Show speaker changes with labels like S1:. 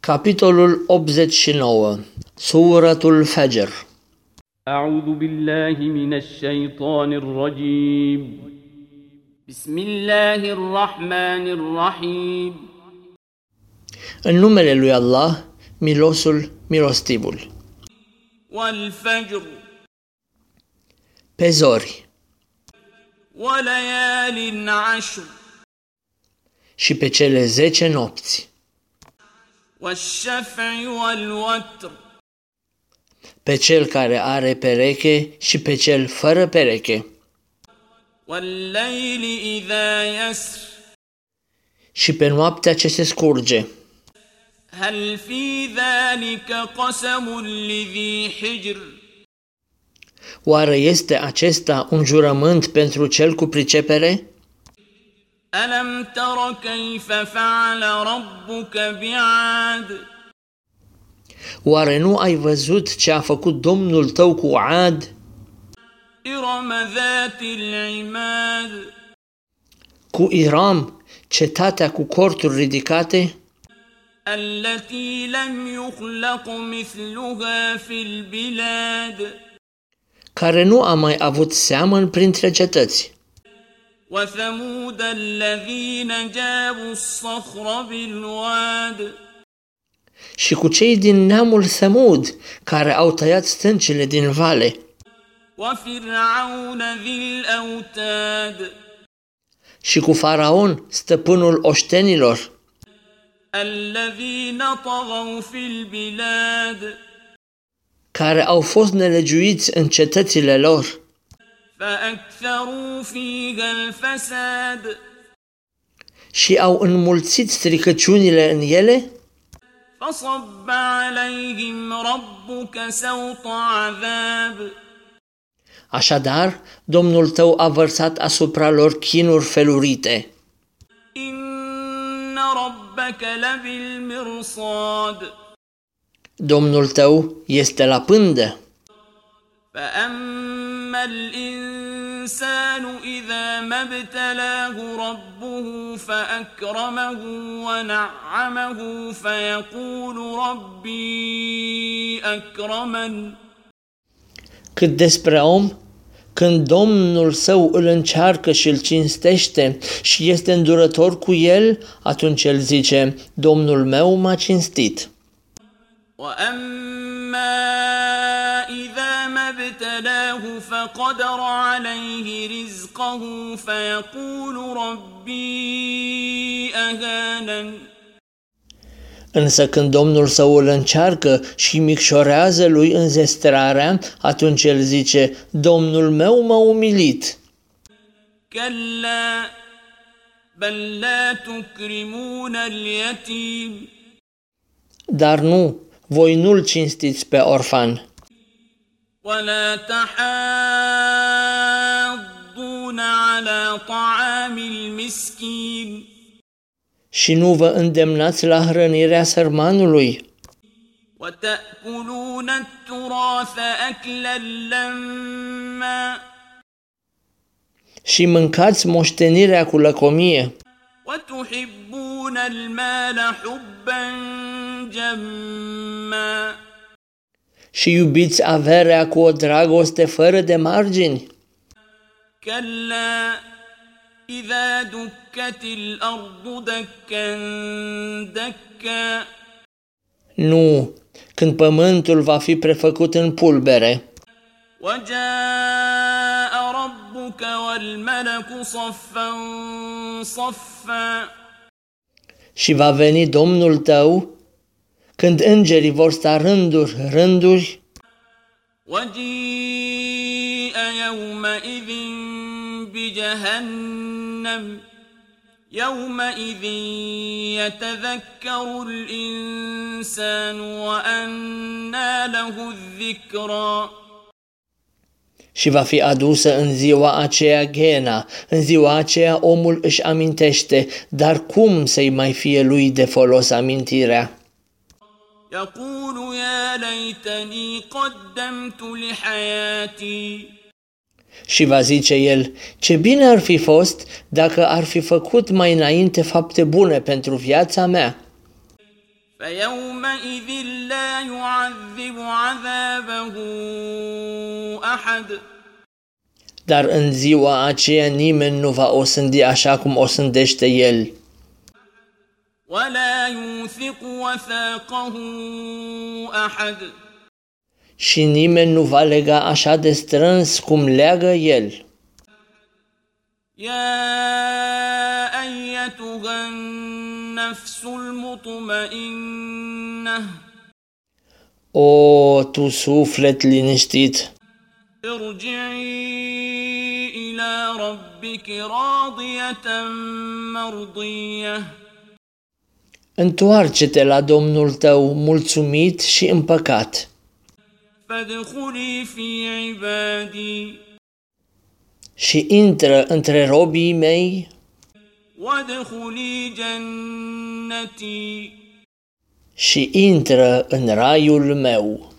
S1: Capitolul 89 Suratul Fajr
S2: أعوذ بالله من الشيطان الرجيم بسم الله الرحمن الرحيم
S1: În numele lui Allah, milosul, milostivul
S2: والفجر
S1: Pe zori
S2: وليال عشر
S1: și pe cele zece nopți
S2: والشفع والوتر
S1: Pe cel care are pereche și pe cel fără pereche
S2: والليل إذا يسر
S1: Și pe noaptea ce se scurge
S2: هل في ذلك قسم لذي حجر
S1: Oare este acesta un jurământ pentru cel cu pricepere?
S2: ألم تر كيف فعل ربك بعاد
S1: Oare nu ai văzut ce a făcut Domnul tău cu Ad,
S2: إرم ذات العماد
S1: cu Iram, cetatea cu corturi ridicate?
S2: التي لم يخلق مثلها في البلاد
S1: care nu a mai avut seamăn printre cetăți,
S2: وثمود الذين جابوا الصخر بالواد
S1: și cu cei din neamul Semud, care au tăiat stâncile din vale,
S2: وفرعون ذي الأوتاد
S1: și cu Faraon, stăpânul oștenilor,
S2: الذين طغوا في البلاد
S1: care au fost nelegiuiți în cetățile lor
S2: فأكثروا فيها الفساد
S1: și au înmulțit stricăciunile în ele,
S2: فصب عليهم ربك سوط عذاب
S1: așadar Domnul tău a vărsat asupra lor chinuri felurite.
S2: إن ربك لبالمرصاد
S1: Domnul tău este la pândă,
S2: فأما الإنسان إذا ما ابتلاه ربه فأكرمه ونعمه فيقول ربي أكرمن
S1: cât despre om, când Domnul său îl încearcă și îl cinstește și este îndurător cu el, atunci el zice, Domnul meu m-a cinstit.
S2: وأما إذا ما ابتلاه فقدر عليه رزقه فيقول ربي أهانن
S1: Însă când Domnul său îl încearcă și micșorează lui înzestrarea, atunci el zice, Domnul meu m-a umilit.
S2: كلا بل لا تكرمون اليتيم
S1: Dar nu, voi nu-l cinstiți pe orfan
S2: ولا تحاضون على طعام المسكين
S1: și nu vă îndemnați la hrănirea sărmanului,
S2: وتأكلون التراث أكلا لما
S1: și mâncați moștenirea cu lăcomie
S2: وتحبون المال حبا جما
S1: și iubiți averea cu o dragoste fără de margini?
S2: كلا إذا دكت الأرض دكا دكا
S1: Nu, când pământul va fi prefăcut în pulbere
S2: وجاء ربك والملك صفا صفا
S1: și va veni Domnul tău, când îngerii vor sta rânduri, rânduri,
S2: وجيء يومئذ بجهنم يومئذ يتذكر الإنسان وأنى له الذكرى
S1: și va fi adusă în ziua aceea ghena, în ziua aceea omul își amintește, dar cum să-i mai fie lui de folos amintirea?
S2: يقول يا ليتني قدمت لحياتي
S1: Și va zice el, ce bine ar fi fost dacă ar fi făcut mai înainte fapte bune pentru viața mea.
S2: فيومئذ لا يعذب عذابه أحد
S1: Dar în ziua aceea nimeni nu va osândi așa cum osândește el.
S2: ولا يوثق وثاقه أحد
S1: Și nimeni nu va lega așa de strâns cum leagă el.
S2: يا أيتها النفس المطمئنة
S1: O, tu suflet liniștit,
S2: ارجعي إلى ربك راضية مرضية
S1: întoarce-te la Domnul tău mulțumit și împăcat
S2: فادخلي في عبادي
S1: și intră între robii mei
S2: وادخلي جنتي
S1: și intră în raiul meu.